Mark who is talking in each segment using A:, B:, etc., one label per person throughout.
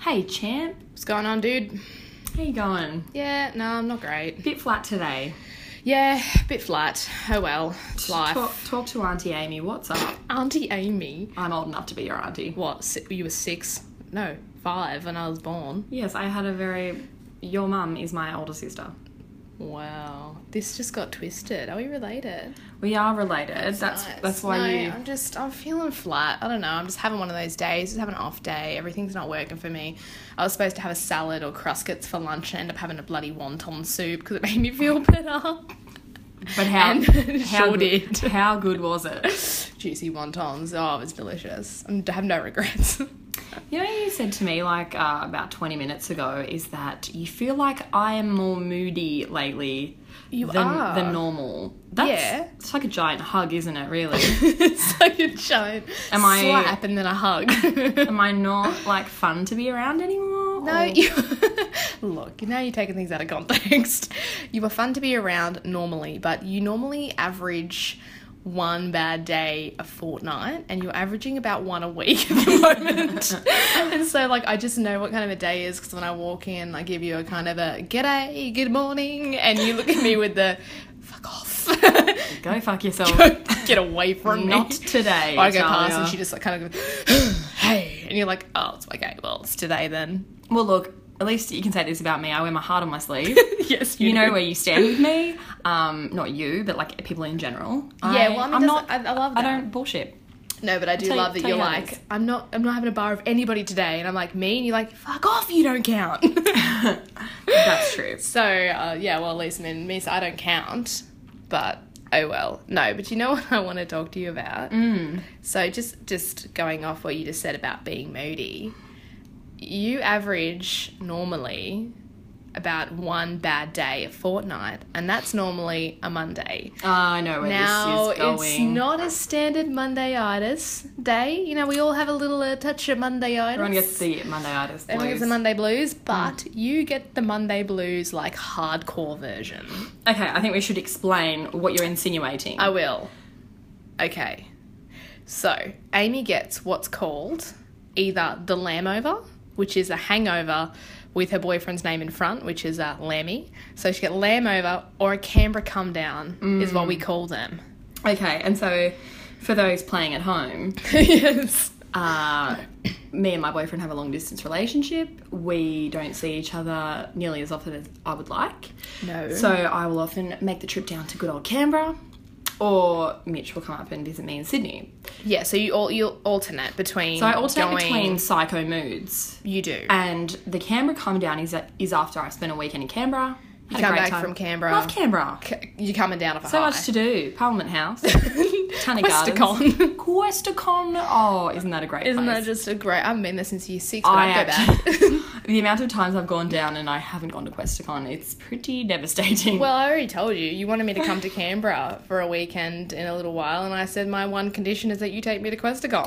A: Hey, champ.
B: What's going on, dude?
A: How you going?
B: Yeah, no, I'm not great.
A: Bit flat today.
B: Yeah, bit flat. Oh well, it's life.
A: Talk, talk to Auntie Amy. What's up?
B: Auntie Amy.
A: I'm old enough to be your auntie.
B: What? si- You were six? No, five, and I was born.
A: Yes, I had a very. Your mum is my older sister.
B: Wow, this just got twisted. Are we related?
A: We are related. That's that's,
B: Nice.
A: why
B: No,
A: you.
B: I'm just. I'm feeling flat. I don't know. I'm just having one of those days. Just having an off day. Everything's not working for me. I was supposed to have a salad or cruscuts for lunch and end up having a bloody wonton soup because it made me feel better.
A: But how?
B: And
A: how
B: sure
A: good,
B: did.
A: How good was it?
B: Juicy wontons. Oh, it was delicious. I'm- I have no regrets.
A: You know, what you said to me like uh, about 20 minutes ago is that you feel like I am more moody lately
B: You
A: than,
B: are.
A: than normal. That's,
B: Yeah.
A: It's like a giant hug, isn't it? Really.
B: it's like a giant
A: Am I-
B: slap and then a hug.
A: am I not like fun to be around anymore?
B: no,
A: Or-
B: you look. Now you're taking things out of context. You were fun to be around normally, but you normally average one bad day a fortnight, and you're averaging about one a week at the moment. and so, like, I just know what kind of a day is because when I walk in, I give you a kind of a g'day, good morning, and you look at me with the fuck off,
A: Go fuck yourself.
B: get away from
A: Not
B: me.
A: today.
B: I go
A: Talia.
B: past and she just like kind of goes, hey, and you're like, oh, it's okay. Well, it's today then.
A: Well, look, at least you can say this about me. I wear my heart on my sleeve.
B: yes,
A: you know where you stand with me. Um, not you, but like people in general.
B: Yeah, well, I mean,
A: I'm
B: doesn't-
A: not.
B: I, I love
A: I
B: that.
A: don't bullshit.
B: no, but I do
A: Tell you-
B: love that
A: tell
B: you're
A: you how it
B: like,
A: is.
B: I'm not, I'm not having a bar of anybody today, and I'm like, me, and you're like, fuck off, you don't count.
A: That's true.
B: so uh, yeah, well, at least I mean, me, so I don't count, but oh well. No, but you know what I want to talk to you about.
A: Mm.
B: So just just going off what you just said about being moody, you average normally about one bad day a fortnight, and that's normally a Monday.
A: I know where
B: Now
A: this is going.
B: it's not a standard Mondayitis day. You know, we all have a little uh, touch of Mondayitis.
A: Everyone gets the Monday artist.
B: Everyone gets the Monday
A: Hmm.
B: blues, but you get the Monday blues like hardcore version.
A: okay, I think we should explain what you're insinuating.
B: I will. Okay. So, Amy gets what's called either the lamb over, which is a hangover with her boyfriend's name in front, which is a lammy. So she got lamb over or a Canberra come down is what we
A: Hmm.
B: call them.
A: okay, and so for those playing at home,
B: yes.
A: uh, me and my boyfriend have a long distance relationship. We don't see each other nearly as often as I would like.
B: No.
A: So I will often make the trip down to good old Canberra, or Mitch will come up and visit me in Sydney.
B: Yeah, so you all you alternate between.
A: So I alternate
B: going-
A: between psycho moods.
B: You do.
A: And the Canberra come down is, is after I spent a weekend in Canberra. Had a
B: come
A: great
B: back from Canberra.
A: Love Canberra.
B: C- You're coming down off a
A: So
B: high.
A: much to do. Parliament House. Ton of
B: Westacon.
A: gardens. Questacon. Oh, isn't that a great
B: Isn't
A: place?
B: that just a great? I haven't been there since year six, but
A: I
B: I would go
A: actually-
B: back.
A: the amount of times I've gone down and I haven't gone to Questacon, it's pretty devastating.
B: well, I already told you. You wanted me to come to Canberra for a weekend in a little while, and I said my one condition is that you take me to Questacon.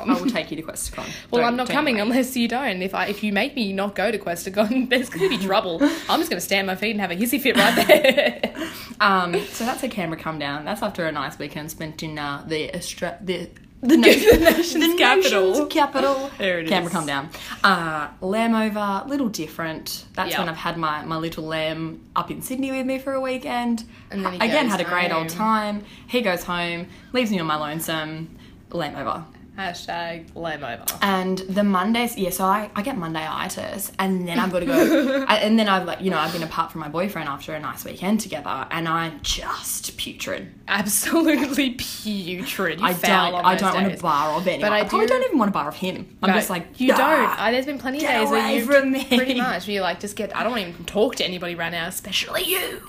A: I will take you to Questacon. Oh,
B: well,
A: Don't-
B: I'm not
A: don't
B: coming
A: worry.
B: unless you don't. If I if you make me not go to Questacon, there's going to be trouble. I'm just going to stand my feet and have a hissy fit right there.
A: Um, so that's a Canberra come down. That's after a nice weekend spent in uh, the Austra- the the, na-
B: The nation's capital.
A: nation's capital.
B: There it
A: Canberra
B: is.
A: come down. Uh, lamb over, little different. That's
B: Yeah.
A: when I've had my, my little lamb up in Sydney with me for a weekend.
B: And then he
A: Again,
B: goes
A: had a great old
B: home.
A: time. He goes home, leaves me on my lonesome. Lamb over.
B: Hashtag lame over.
A: And the Mondays, yeah, so I, I get Monday itis, and then I've got to go. I- and then I've, like, you know, I've been apart from my boyfriend after a nice weekend together, and I'm just putrid.
B: Absolutely putrid. You
A: I
B: foul
A: don't.
B: on
A: I
B: those
A: don't want a
B: days.
A: bar of anyone. But I,
B: I
A: probably
B: do-
A: don't even want a bar of him. I'm
B: No,
A: just like
B: you don't. I, there's been plenty of
A: Get
B: days where
A: away
B: you
A: from me.
B: pretty much where you're like, just get. I don't want to even talk to anybody right now, especially you.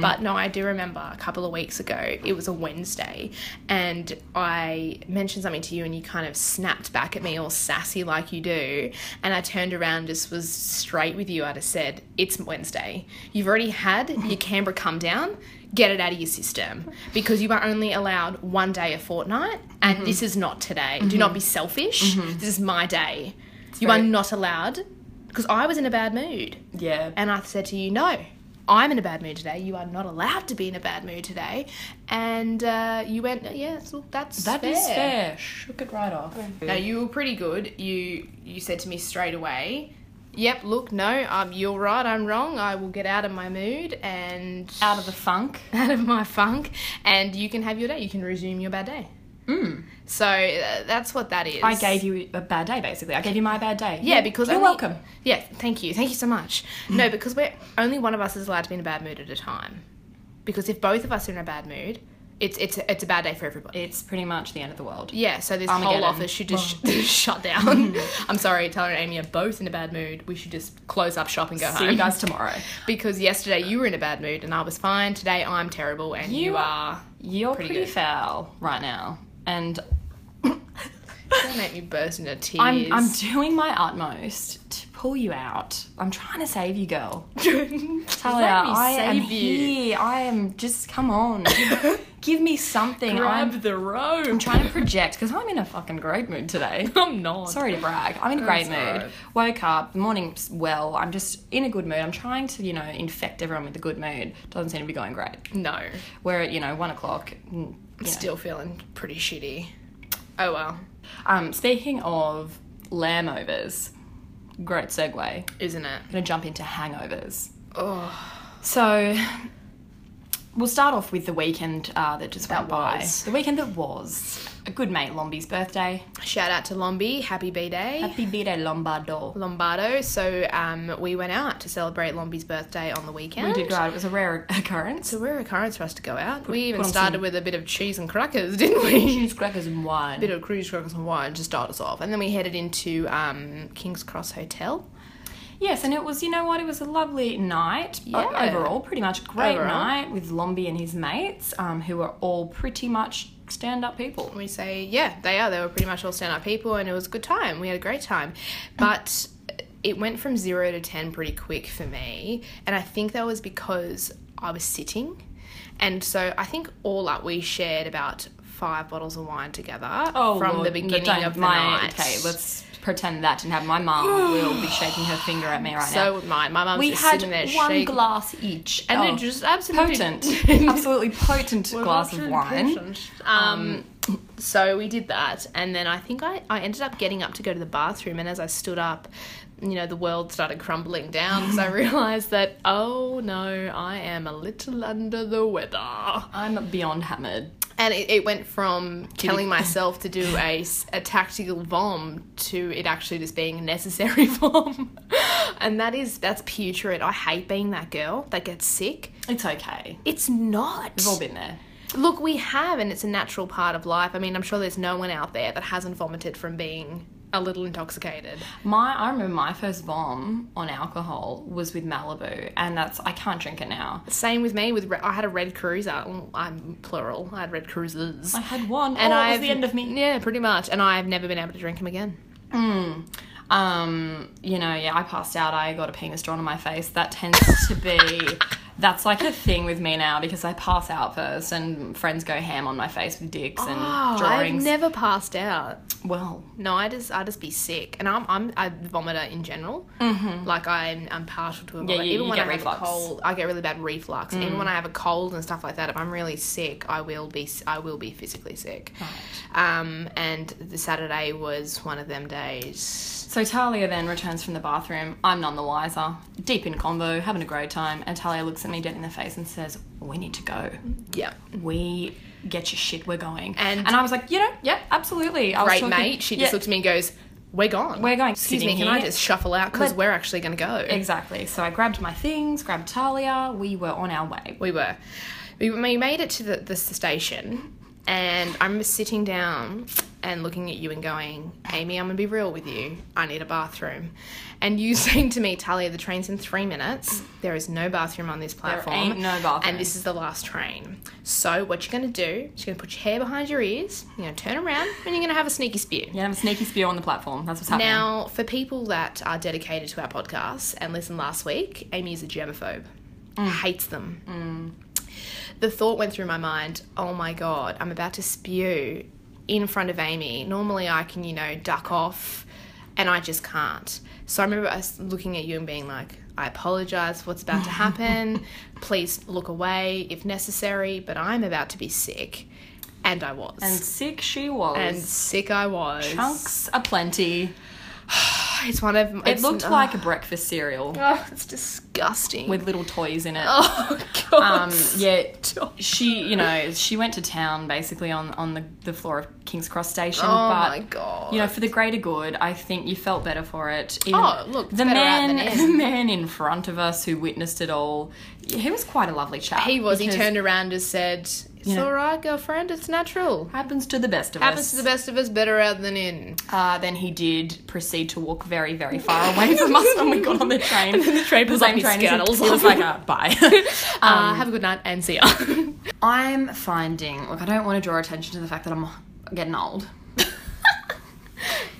B: But no, I do remember a couple of weeks ago. It was a Wednesday, and I mentioned something to you, and you kind of snapped back at me, all sassy like you do. And I turned around, and just was straight with you. I'd have said, "It's Wednesday. You've already had your Canberra come down." Get it out of your system because you are only allowed one day a fortnight, and this is not today. Do not be selfish. This is my day. you
A: very-
B: are not allowed because I was in a bad mood.
A: Yeah.
B: And I said to you, no, I'm in a bad mood today. You are not allowed to be in a bad mood today. And uh, you went, yeah, so that's
A: That
B: fair.
A: is fair. Shook it right off.
B: No, you were pretty good. You you said to me straight away, yep, look, no, um, you're right, I'm wrong. I will get out of my mood and
A: Out of the funk.
B: out of my funk, and you can have your day. You can resume your bad day.
A: Mm.
B: So uh, that's what that is.
A: I gave you a bad day, basically. I gave you my bad day.
B: Yeah, because
A: you're
B: only-
A: welcome. Mm.
B: Yeah, thank you, thank you so much. No, because we're only one of us is allowed to be in a bad mood at a time. Because if both of us are in a bad mood, it's it's it's a bad day for everybody.
A: It's pretty much the end of the world.
B: Yeah, so this
A: Armageddon.
B: whole office should just sh- shut down. I'm sorry, Taylor and Amy are both in a bad mood. We should just close up shop and go
A: See
B: home.
A: you guys tomorrow.
B: because yesterday you were in a bad mood and I was fine. Today I'm terrible and you,
A: You
B: are.
A: You're
B: Pretty
A: pretty,
B: good.
A: foul right now, and
B: Don't make me burst into tears.
A: I'm I'm doing my utmost to pull you out. I'm trying to save you, girl. Talia,
B: Let me
A: I am
B: save you.
A: here. I am just come on. Give, give me something. I'm,
B: Grab the rope.
A: I'm trying to project because I'm in a fucking great mood today.
B: I'm not.
A: Sorry to brag. I'm in a great
B: That's
A: mood.
B: alright.
A: Woke up, the morning's well. I'm just in a good mood. I'm trying to, you know, infect everyone with a good mood. Doesn't seem to be going great.
B: No.
A: We're at, you know, one o'clock. mm, you know.
B: Still feeling pretty shitty. Oh well.
A: Um, speaking of lamovers, great segue. I'm
B: Isn't it?
A: gonna jump into hangovers.
B: Oh.
A: So we'll start off with the weekend uh, that just went by.
B: was.
A: The weekend that was a good mate Lombi's birthday.
B: Shout out to Lombi. Happy B Day.
A: Happy birthday, Lombardo.
B: Lombardo. So um, we went out to celebrate Lombi's birthday on the weekend.
A: We did go out. It was a rare occurrence.
B: It's a rare occurrence for us to go out. we even
A: put on
B: started
A: some-
B: with a bit of cheese and crackers, didn't we?
A: Cheese crackers and wine.
B: bit of cruise crackers and wine to start us off, and then we headed into um, King's Cross Hotel.
A: Yes, and it was, you know what, it was a lovely night o-
B: Yeah.
A: overall, pretty much great
B: Overall.
A: night with Lombi and his mates, um, who were all pretty much stand up people.
B: And we say, yeah, they are. They were pretty much all stand up people, and it was a good time. We had a great time. But it went from zero to 10 pretty quick for me. And I think that was because I was sitting. And so I think all up we shared about five bottles of wine together from
A: Lord,
B: the
A: but
B: beginning
A: Oh, don't-
B: of the
A: my,
B: night.
A: Okay, let's pretend that and have my mum will be shaking her finger at me right
B: so
A: now.
B: would mine. My mum was
A: We
B: just
A: had
B: sitting there
A: one
B: shaking.
A: glass each.
B: and
A: Oh,
B: it just absolutely
A: potent, absolutely potent glass of wine.
B: Um, so we did that, and then I think I, I ended up getting up to go to the bathroom, and as I stood up, you know, the world started crumbling down because I realised that oh no, I am a little under the weather,
A: I'm beyond hammered.
B: and it, it went from telling myself to do a, s- a tactical vom to it actually just being a necessary vom, and that is that's putrid. I hate being that girl that gets sick.
A: It's okay.
B: It's not.
A: We've all been there.
B: Look, we have, and it's a natural part of life. I mean, I'm sure there's no one out there that hasn't vomited from being a little intoxicated.
A: My, I remember my first bomb on alcohol was with Malibu, and that's I can't drink it now.
B: Same with me. With re- I had a red cruiser. Mm, I'm plural. I had red cruisers.
A: I had one, and
B: And
A: oh, it was
B: I've
A: the end of me.
B: Yeah, pretty much. And I've never been able to drink them again.
A: Um, you know, yeah, I passed out. I got a penis drawn on my face. That tends to be. That's like a thing with me now because I pass out first, and friends go ham on my face with dicks and
B: Oh, I've
A: drawings.
B: never passed out.
A: well,
B: No, I just I just be sick, and I'm I'm a vomiter in general. Mm-hmm. Like I'm I'm partial to a vomit.
A: you-
B: even
A: you
B: when
A: get
B: I
A: reflux. Mm.
B: have a cold, I get really bad reflux. Even when I have a cold and stuff like that, if I'm really sick, I will be s- I will be physically sick. Um, and the Saturday was one of them days.
A: So Talia then returns from the bathroom. I'm none the wiser, deep in convo, having a great time. And Talia looks at me dead in the face and says, "We need to go.
B: Yeah,
A: We get your shit. We're going."
B: And-
A: and I was like, "You know, yep, absolutely." I was
B: great
A: talking-
B: mate. She just
A: Yeah,
B: looked at me and goes, "We're gone.
A: We're going.
B: Excuse
A: Sitting
B: me, can I
A: here."
B: just shuffle out because
A: But-
B: we're actually going to go?
A: exactly. So I grabbed my things, grabbed Talia. We were on our way.
B: We were. We, we made it to the, the station, and I remember sitting down and looking at you and going, Amy, I'm going to be real with you. I need a bathroom. And you saying to me, Talia, the train's in three minutes. There is no bathroom on this platform.
A: ain't no bathroom.
B: And this is the last train. So, what you're going to do is you're going to put your hair behind your ears, you're going to turn around, and you're going to have a sneaky spew.
A: Yeah, I'm a sneaky spew on the platform. That's what's happening.
B: Now, for people that are dedicated to our podcast and listened last week, Amy is a germaphobe.
A: Mm.
B: Hates them. The thought went through my mind, oh my god, I'm about to spew in front of Amy. Normally I can, you know, duck off and I just can't. So I remember us looking at you and being like, I apologize for what's about to happen. Please look away if necessary, but I'm about to be sick. And I was.
A: and sick she was.
B: And sick I was.
A: chunks aplenty.
B: It's one of m-
A: It
B: it's
A: looked
B: n-
A: like a breakfast cereal
B: Oh, it's disgusting.
A: with little toys in it.
B: oh god.
A: Um, yeah, she, you know, she went to town basically on, on the, the floor of King's Cross Station.
B: oh
A: but,
B: my god.
A: you know, for the greater good, I think you felt better for it. Even
B: Oh, look, it's
A: the
B: better out
A: man,
B: than in.
A: the man in front of us who witnessed it all, he was quite a lovely chap.
B: he was. he
A: because
B: turned around and said, "It's
A: know-
B: all right, girlfriend. It's natural.
A: Happens to the best of
B: Happens
A: us.
B: to the best of us. Better out than in."
A: Uh, then he did proceed to walk very, very far away from us when we got on the train. the train was
B: like,
A: he said-
B: "Scuttles."
A: He was like, uh, bye.
B: uh, have a good night and see ya.
A: I'm finding, look, I don't want to draw attention to the fact that I'm getting old,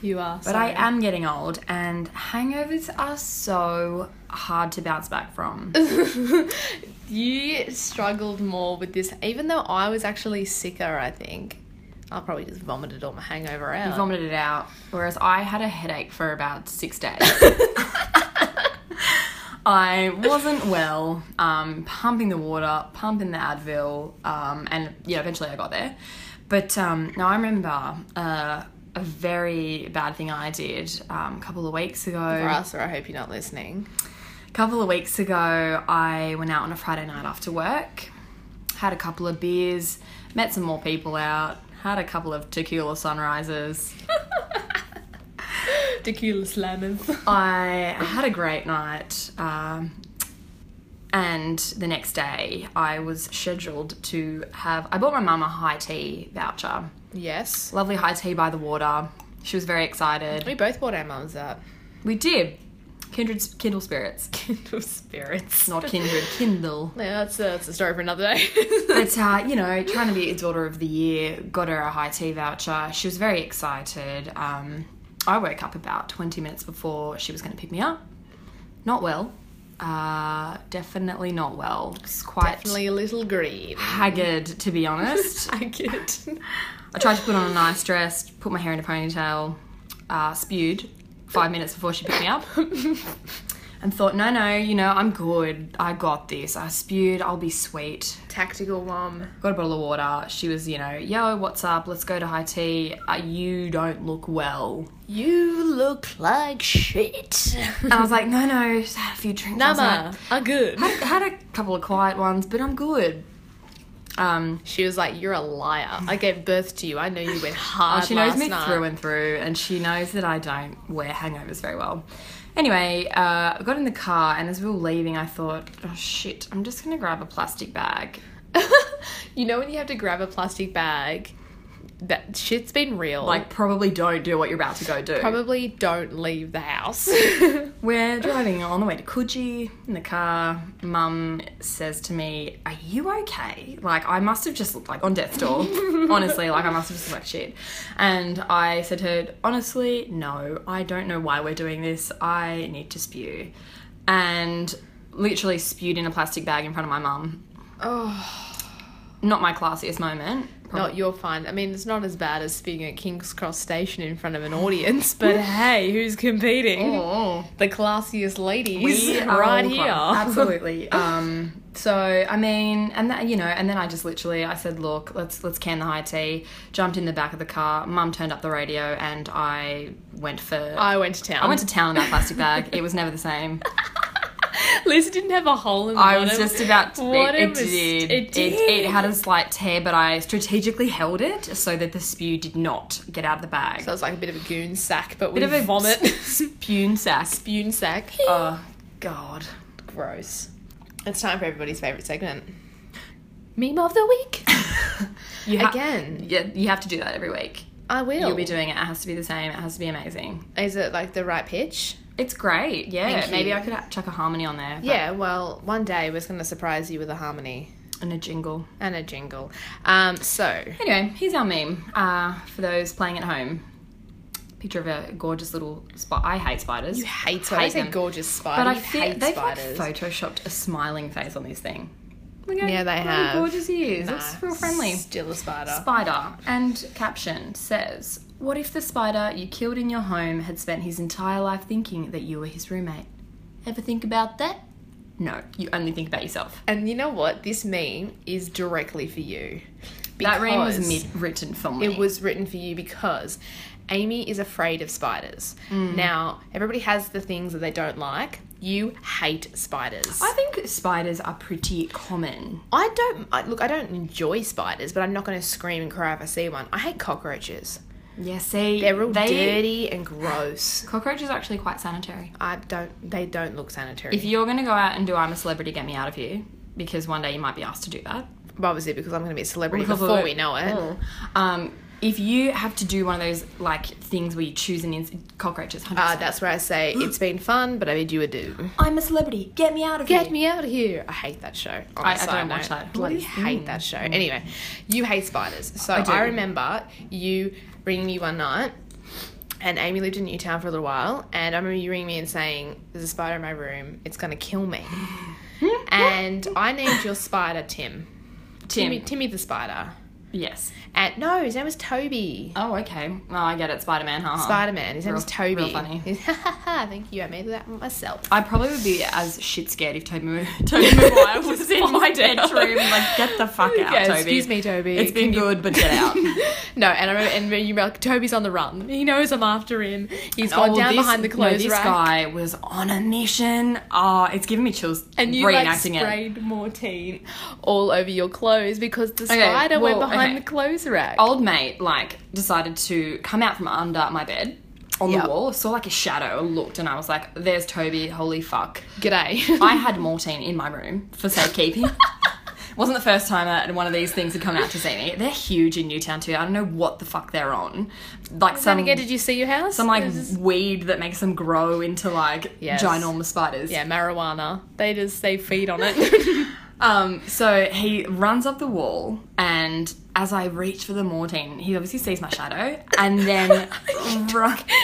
B: you are.
A: but I am getting old, and hangovers are so hard to bounce back from.
B: you struggled more with this, even though I was actually sicker. I think I probably just vomited all my hangover out.
A: I vomited it out, whereas I had a headache for about six days. I wasn't well, um, pumping the water, pumping the Advil, um, and yeah, eventually I got there. But um, now I remember uh, a very bad thing I did um, a couple of weeks ago
B: For us, or I hope you're not listening.
A: couple of weeks ago, I went out on a Friday night after work, had a couple of beers, met some more people out, had a couple of tequila sunrises.
B: Tequila slammers.
A: I had a great night. Um, and the next day, I was scheduled to have. I bought my mum a high tea voucher.
B: Yes.
A: Lovely high tea by the water. She was very excited.
B: We both bought our mums that.
A: We did. Kindred, kindle spirits.
B: Kindle spirits.
A: Not kindred, kindle.
B: Yeah, that's a, that's a story for another day.
A: But uh, you know, trying to be a daughter of the year, got her a high tea voucher. She was very excited. Um, I woke up about twenty minutes before she was going to pick me up. Not well. Uh, definitely not well. It's quite
B: Definitely a little green.
A: haggard, to be honest.
B: I get.
A: I tried to put on a nice dress, put my hair in a ponytail, uh, spewed five minutes before she picked me up, and thought, no, no, you know, I'm good. I got this. I spewed. I'll be sweet.
B: Tactical mom.
A: Got a bottle of water. She was, you know, yo, what's up? Let's go to high tea. Uh, you don't look well.
B: You look like shit.
A: And I was like, no, no, just had a few drinks. I was
B: Nama are good.
A: like, had a couple of quiet ones, but I'm good. Um,
B: She was like, "You're a liar. I gave birth to you. I know you went hard
A: oh, she knows
B: last
A: me
B: night."
A: through and through, and she knows that I don't wear hangovers very well. Anyway, uh, I got in the car, and as we were leaving, I thought, oh shit, I'm just gonna grab a plastic bag.
B: you know when you have to grab a plastic bag, that shit's been real.
A: Like, probably don't do what you're about to go do.
B: probably don't leave the house.
A: We're driving on the way to Coogee in the car. Mum says to me, Are you okay? Like, I must have just looked like on death's door. Honestly, like, I must have just looked like shit. And I said to her, Honestly, no, I don't know why we're doing this. I need to spew. And literally spewed in a plastic bag in front of my mum.
B: oh,
A: Not my classiest moment.
B: not your fine. I mean, it's not as bad as being at King's Cross Station in front of an audience, but hey, who's competing?
A: Oh.
B: The classiest ladies
A: We are
B: right
A: all grown.
B: here.
A: Absolutely. Um, so I mean, and that you know, and then I just literally I said, look, let's let's can the high tea. Jumped in the back of the car. Mum turned up the radio, and I went for. I,
B: I went to town.
A: went to town in that plastic bag. it was never the same.
B: Lisa didn't have a hole in the
A: I was
B: bottom.
A: just about. To,
B: What a
A: it, it,
B: mis-
A: did.
B: It
A: It,
B: did.
A: it had a slight tear, but I strategically held it so that the spew did not get out of the bag.
B: So it was like a bit of a goon sack, but
A: Bit
B: with
A: of a
B: vomit.
A: Spew sack.
B: Spoon sack.
A: Oh God.
B: Gross. It's time for everybody's favourite segment. Meme of the week.
A: You ha-
B: Again.
A: Yeah, you have to do that every week.
B: I will.
A: You'll be doing it. It has to be the same. It has to be amazing.
B: Is it like the right pitch?
A: It's great. Yeah.
B: Thank
A: Maybe
B: you.
A: I could chuck a harmony on there. but-
B: Yeah, well, one day we're going to surprise you with a harmony
A: And a jingle.
B: and a jingle. Um, so,
A: Anyway, here's our meme uh, for those playing at home. Picture of a gorgeous little spot. I hate spiders.
B: you hate spiders.
A: them.
B: They're gorgeous spiders.
A: but I
B: You
A: feel
B: hate
A: they've
B: spiders.
A: like photoshopped a smiling face on this thing. Look how-
B: Yeah, they
A: look how
B: have.
A: gorgeous he is.
B: Nah,
A: Looks real friendly.
B: Still a spider.
A: Spider and caption says, "What if the spider you killed in your home had spent his entire life thinking that you were his roommate? Ever think about that?" No, you only think about yourself.
B: And you know what? This meme is directly for you.
A: That ream was
B: because
A: mid- written for me.
B: It was written for you because Amy is afraid of spiders. Now, everybody has the things that they don't like. You hate spiders.
A: I think spiders are pretty common.
B: I don't I, look. I don't enjoy spiders, but I'm not going to scream and cry if I see one. I hate cockroaches.
A: Yeah, see,
B: They're real
A: they-
B: dirty and gross.
A: Cockroaches are actually quite sanitary.
B: I don't. They don't look sanitary.
A: If you're gonna go out and do I'm a celebrity, get me out of here, because one day you might be asked to do that.
B: Obviously, because I'm going to be a celebrity
A: Because of
B: before
A: it.
B: we know it.
A: Um, if you have to do one of those like things where you choose an ins- cockroaches, 100%.
B: Uh, that's where I say it's been fun, but I bid you adieu.
A: I'm a celebrity. Get me out of
B: Get
A: here.
B: me out of here. I hate that show. On
A: I-
B: a
A: I
B: side
A: don't watch
B: note.
A: that. Who
B: Bloody
A: is-
B: hate that show. Anyway, you hate spiders. So I,
A: do.
B: remember you ringing me one night, and Amy lived in Newtown for a little while, and I remember you ringing me and saying, "There's a spider in my room. It's gonna kill me." and I named your spider Tim. Timmy,
A: Tim.
B: Timmy the spider.
A: Yes.
B: And no, his name was Toby.
A: Oh, okay. Oh, I get it. Spider Man, huh?
B: Spider Man. His name
A: Oh, Real-
B: was Toby.
A: real funny.
B: Thank you. I made that myself.
A: I probably would be as shit scared if Toby, Mo- Toby Maguire was in my bedroom. Like, get the fuck out,
B: Yeah,
A: Toby.
B: excuse me, Toby.
A: It's been good, but get out.
B: no, and I remember, and when you were like, Toby's on the run. He knows I'm after him. He's
A: Oh,
B: gone down
A: this-
B: behind the
A: no,
B: clothes
A: this
B: rack.
A: guy was on a mission. Oh, it's giving me chills.
B: and you like
A: reenacting it.
B: sprayed Mortine all over your clothes because the spider went
A: well,
B: behind
A: okay.
B: the clothes rack.
A: Old mate like decided to come out from under my bed on
B: Yep.
A: the wall. Saw like a shadow, looked, and I was like, "There's Toby. Holy fuck!"
B: G'day.
A: I had Mortine in my room for safekeeping. Wasn't the first time that one of these things had come out to see me. They're huge in Newtown too. I don't know what the fuck they're on. Like
B: Then
A: some
B: again, did you see your house?
A: some like
B: This is-
A: weed that makes them grow into like
B: Yes.
A: ginormous spiders.
B: yeah, marijuana. They just they feed on it.
A: Um, so he runs up the wall, and as I reach for the Mortine, he obviously sees my shadow, and then run.
B: You're talking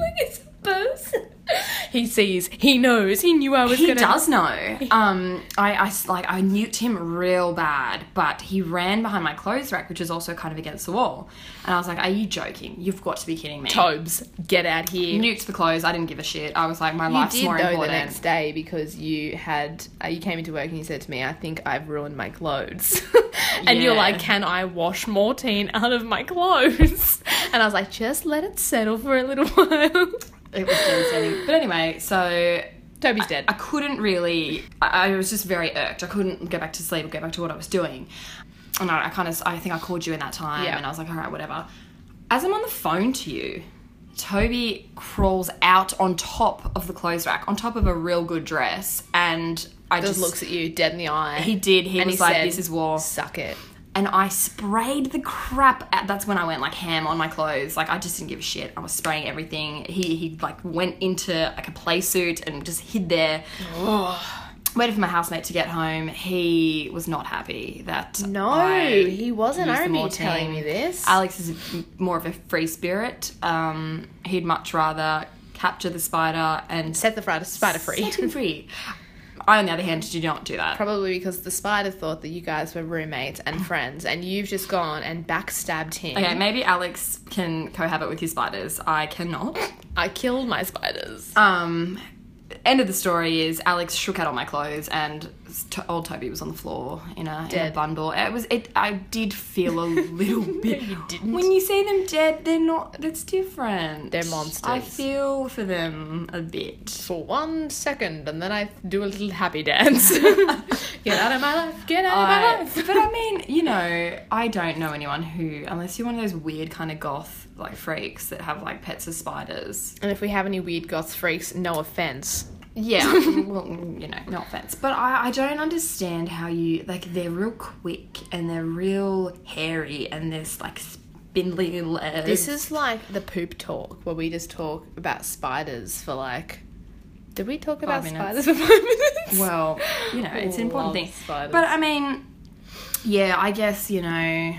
B: like it's a person. He sees. He knows. He knew I was
A: He
B: gonna.
A: does know. Um, I, I s- like I nuked him real bad, but he ran behind my clothes rack, which is also kind of against the wall, and I was like, "Are you joking? You've got to be kidding me!"
B: Tobes, get out here.
A: Nuked the clothes. I didn't give a shit. I was like, "My
B: You
A: life's
B: did
A: more
B: though the
A: important."
B: next day because you had uh, you came into work and you said to me, "I think I've ruined my clothes," and you're
A: Yeah.
B: like, "Can I wash Mortine out of my clothes?" And I was like, "Just let it settle for a little while."
A: It was devastating. But anyway, so
B: Toby's dead.
A: I couldn't really. I, I was just very irked. I couldn't go back to sleep or go back to what I was doing. And I, I kind of, I think I called you in that time,
B: Yeah.
A: and I was like, all right, whatever. As I'm on the phone to you, Toby crawls out on top of the clothes rack, on top of a real good dress, and I
B: just
A: just
B: looks at you dead in the eye.
A: He did. He
B: and
A: was
B: he
A: like,
B: said,
A: "This is war,"
B: Suck it.
A: and I sprayed the crap. At, that's when I went like ham on my clothes. Like I just didn't give a shit. I was spraying everything. He he like went into like a play suit and just hid there waited for my housemate to get home. He was not happy that
B: No,
A: I
B: he wasn't.
A: used
B: I
A: the
B: remember you
A: Mortine.
B: telling me this.
A: Alex is m- more of a free spirit. Um, he'd much rather capture the spider and
B: Set the spider spider free.
A: set him free. I, on the other hand, did not do that.
B: Probably because the spider thought that you guys were roommates and friends, and you've just gone and backstabbed him.
A: Okay, maybe Alex can cohabit with his spiders. I cannot.
B: I killed my spiders.
A: Um, end of the story is Alex shook out all my clothes and t- old Toby was on the floor in a, in a
B: Dead.
A: bundle. It was it. I did feel a little bit.
B: You didn't.
A: When you see them dead, they're not. That's different.
B: They're monsters.
A: I feel for them a bit.
B: for one second and then I do a little happy dance. get out of my life, get out
A: I-
B: of my life.
A: but I mean, you know, I don't know anyone who, unless you're one of those weird kind of goth like freaks that have like pets as spiders.
B: And if we have any weird goth freaks, no offense.
A: Yeah, well, you know, no offense, but I, I don't understand how you like they're real quick and they're real hairy and there's like spindly legs.
B: This is like the poop talk where we just talk about spiders for like. Did we talk about
A: minutes.
B: spiders for five minutes?
A: well, you know, it's an important
B: Love
A: thing.
B: spiders.
A: But I mean, yeah, I guess you know.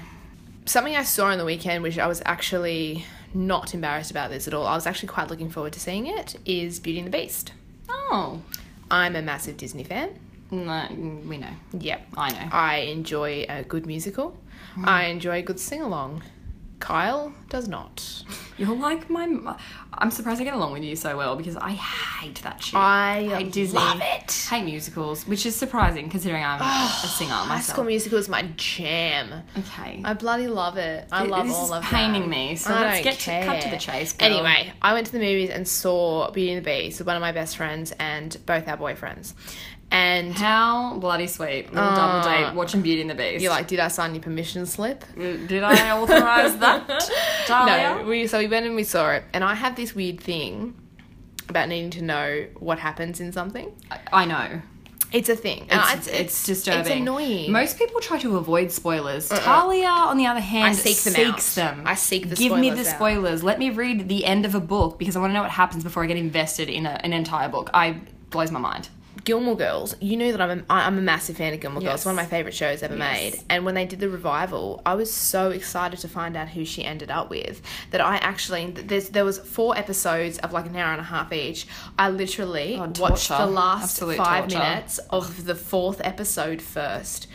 B: something I saw on the weekend, which I was actually not embarrassed about this at all, I was actually quite looking forward to seeing it, is Beauty and the Beast.
A: Oh,
B: I'm a massive Disney fan.
A: no, Mm, uh, we know.
B: Yep.
A: I know.
B: I enjoy a good musical. I enjoy a good sing along. Kyle does not.
A: You're like my. mo- I'm surprised I get along with you so well because I hate that shit.
B: I
A: hate Disney.
B: love it.
A: Hate musicals, which is surprising considering I'm a singer
B: Oh, High School
A: myself.
B: Musical is my jam.
A: Okay.
B: I bloody love it. I
A: Th-
B: love
A: this
B: all
A: is
B: of
A: paining
B: that.
A: me, so
B: I
A: let's
B: don't
A: get to- cut to
B: care.
A: the chase, girl.
B: Anyway, I went to the movies and saw Beauty and the Beast with one of my best friends and both our boyfriends. And
A: How bloody sweet. Little double date watching Beauty and the Beast.
B: Ah. you're like, did I sign your permission slip?
A: Did I authorize that? Dahlia?
B: No, we, so we went and we saw it, and I have this weird thing about needing to know what happens in something.
A: I- I know.
B: It's a thing. And
A: It's,
B: I-
A: it's, disturbing.
B: It's annoying.
A: Most people try to avoid spoilers. Talia, on the other hand,
B: I seek them
A: seeks
B: out.
A: them.
B: I seek the
A: Give me the
B: spoilers out.
A: spoilers. Let me read the end of a book because I want to know what happens before I get invested in a, an entire book. I blows my mind.
B: Gilmore Girls, you know that I'm a, I- I'm a massive fan of Gilmore Girls. It's one of my favorite shows ever made. And when they did the revival, I was so excited to find out who she ended up with that I actually th- there's, there was four episodes of like an hour and a half each. I literally
A: Oh,
B: watched
A: torture.
B: the last
A: Absolute
B: five
A: torture.
B: minutes of the fourth episode first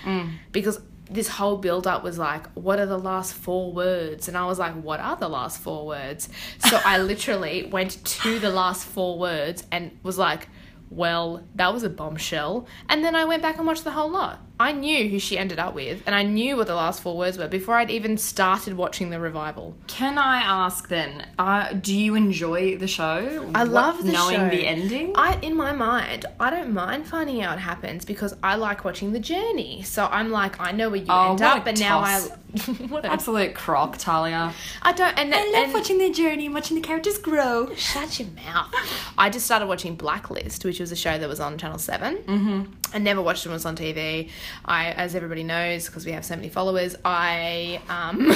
B: because. This whole build up was like, what are the last four words? And I was like, what are the last four words? So I literally went to the last four words and was like, well, that was a bombshell. And then I went back and watched the whole lot. I knew who she ended up with, and I knew what the last four words were before I'd even started watching the revival.
A: Can I ask then? Uh, do you enjoy the show?
B: I
A: What-
B: love the
A: knowing
B: show.
A: the ending.
B: I, in my mind, I don't mind finding out what happens because I like watching the journey. So I'm like, I know where you
A: Oh,
B: end
A: what
B: up,
A: a
B: but now I,
A: toss.
B: what a-
A: Absolute crock, Talia.
B: I don't. And, and
A: watching their journey and watching the characters grow.
B: shut your mouth. I just started watching Blacklist, which was a show that was on Channel 7 Mm-hmm. I never watched it when it was on TV. I, as everybody knows, because we have so many followers, I um,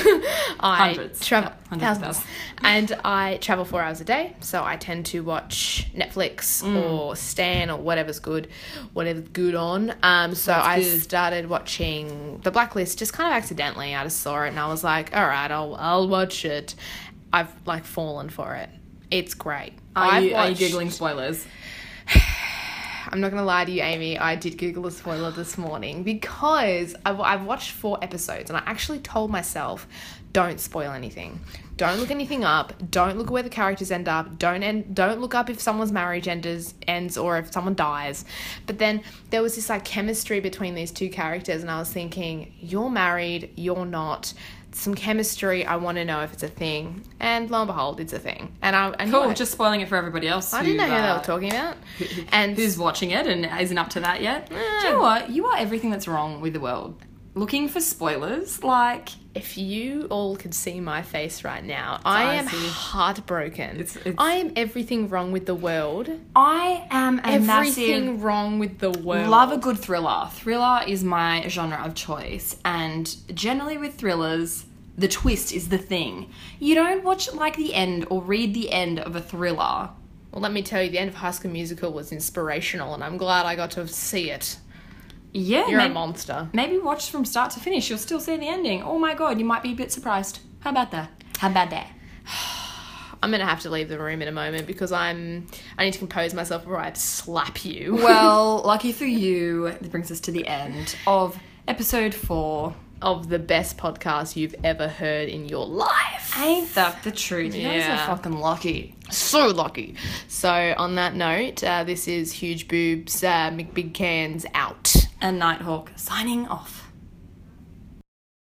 B: I
A: Hundreds.
B: travel
A: Yeah, hundreds of
B: thousands, and I travel four hours a day. So I tend to watch Netflix
A: Mm.
B: or Stan or whatever's good, whatever's good on. Um, so I
A: good.
B: started watching The Blacklist just kind of accidentally. I just saw it and I was like, all right, I'll I'll watch it. I've like fallen for it. It's great.
A: Are
B: I've
A: you, are you
B: watched-
A: giggling spoilers?
B: I'm not gonna lie to you, Amy. I did Google a spoiler this morning because I've, I've watched four episodes and I actually told myself, don't spoil anything. Don't look anything up. Don't look where the characters end up. Don't end, don't look up if someone's marriage ends ends or if someone dies. But then there was this like chemistry between these two characters, and I was thinking, you're married, you're not. Some chemistry. I want to know if it's a thing. And lo and behold, it's a thing. And I, I knew
A: Cool,
B: it.
A: Oh, just spoiling it for everybody else.
B: I didn't know
A: who,
B: who they
A: uh,
B: were talking about. And
A: who's watching it and isn't up to that yet.
B: Eh.
A: Do you know what? You are everything that's wrong with the world. Looking for spoilers, like
B: If you all could see my face right now, I am
A: icy.
B: heartbroken.
A: It's- it's-
B: I am everything wrong with the world.
A: I am a
B: everything
A: massive
B: wrong with the world.
A: love a good thriller. Thriller is my genre of choice, and generally with thrillers, the twist is the thing. You don't watch like the end or read the end of a thriller.
B: well, let me tell you, the end of High School Musical was inspirational, and I'm glad I got to see it.
A: Yeah,
B: You're a
A: maybe,
B: monster.
A: maybe watch from start to finish. You'll still see the ending. Oh my god, you might be a bit surprised. How about that? How about that?
B: I'm gonna have to leave the room in a moment because I'm. I need to compose myself before I slap you.
A: Well, lucky for you, that brings us to the end of episode four.
B: of the best podcast you've ever heard in your life.
A: Ain't that the truth? You guys
B: Yeah.
A: are fucking lucky.
B: so lucky. So on that note, uh, this is huge boobs, uh, McBig cans out.
A: And Nighthawk signing off.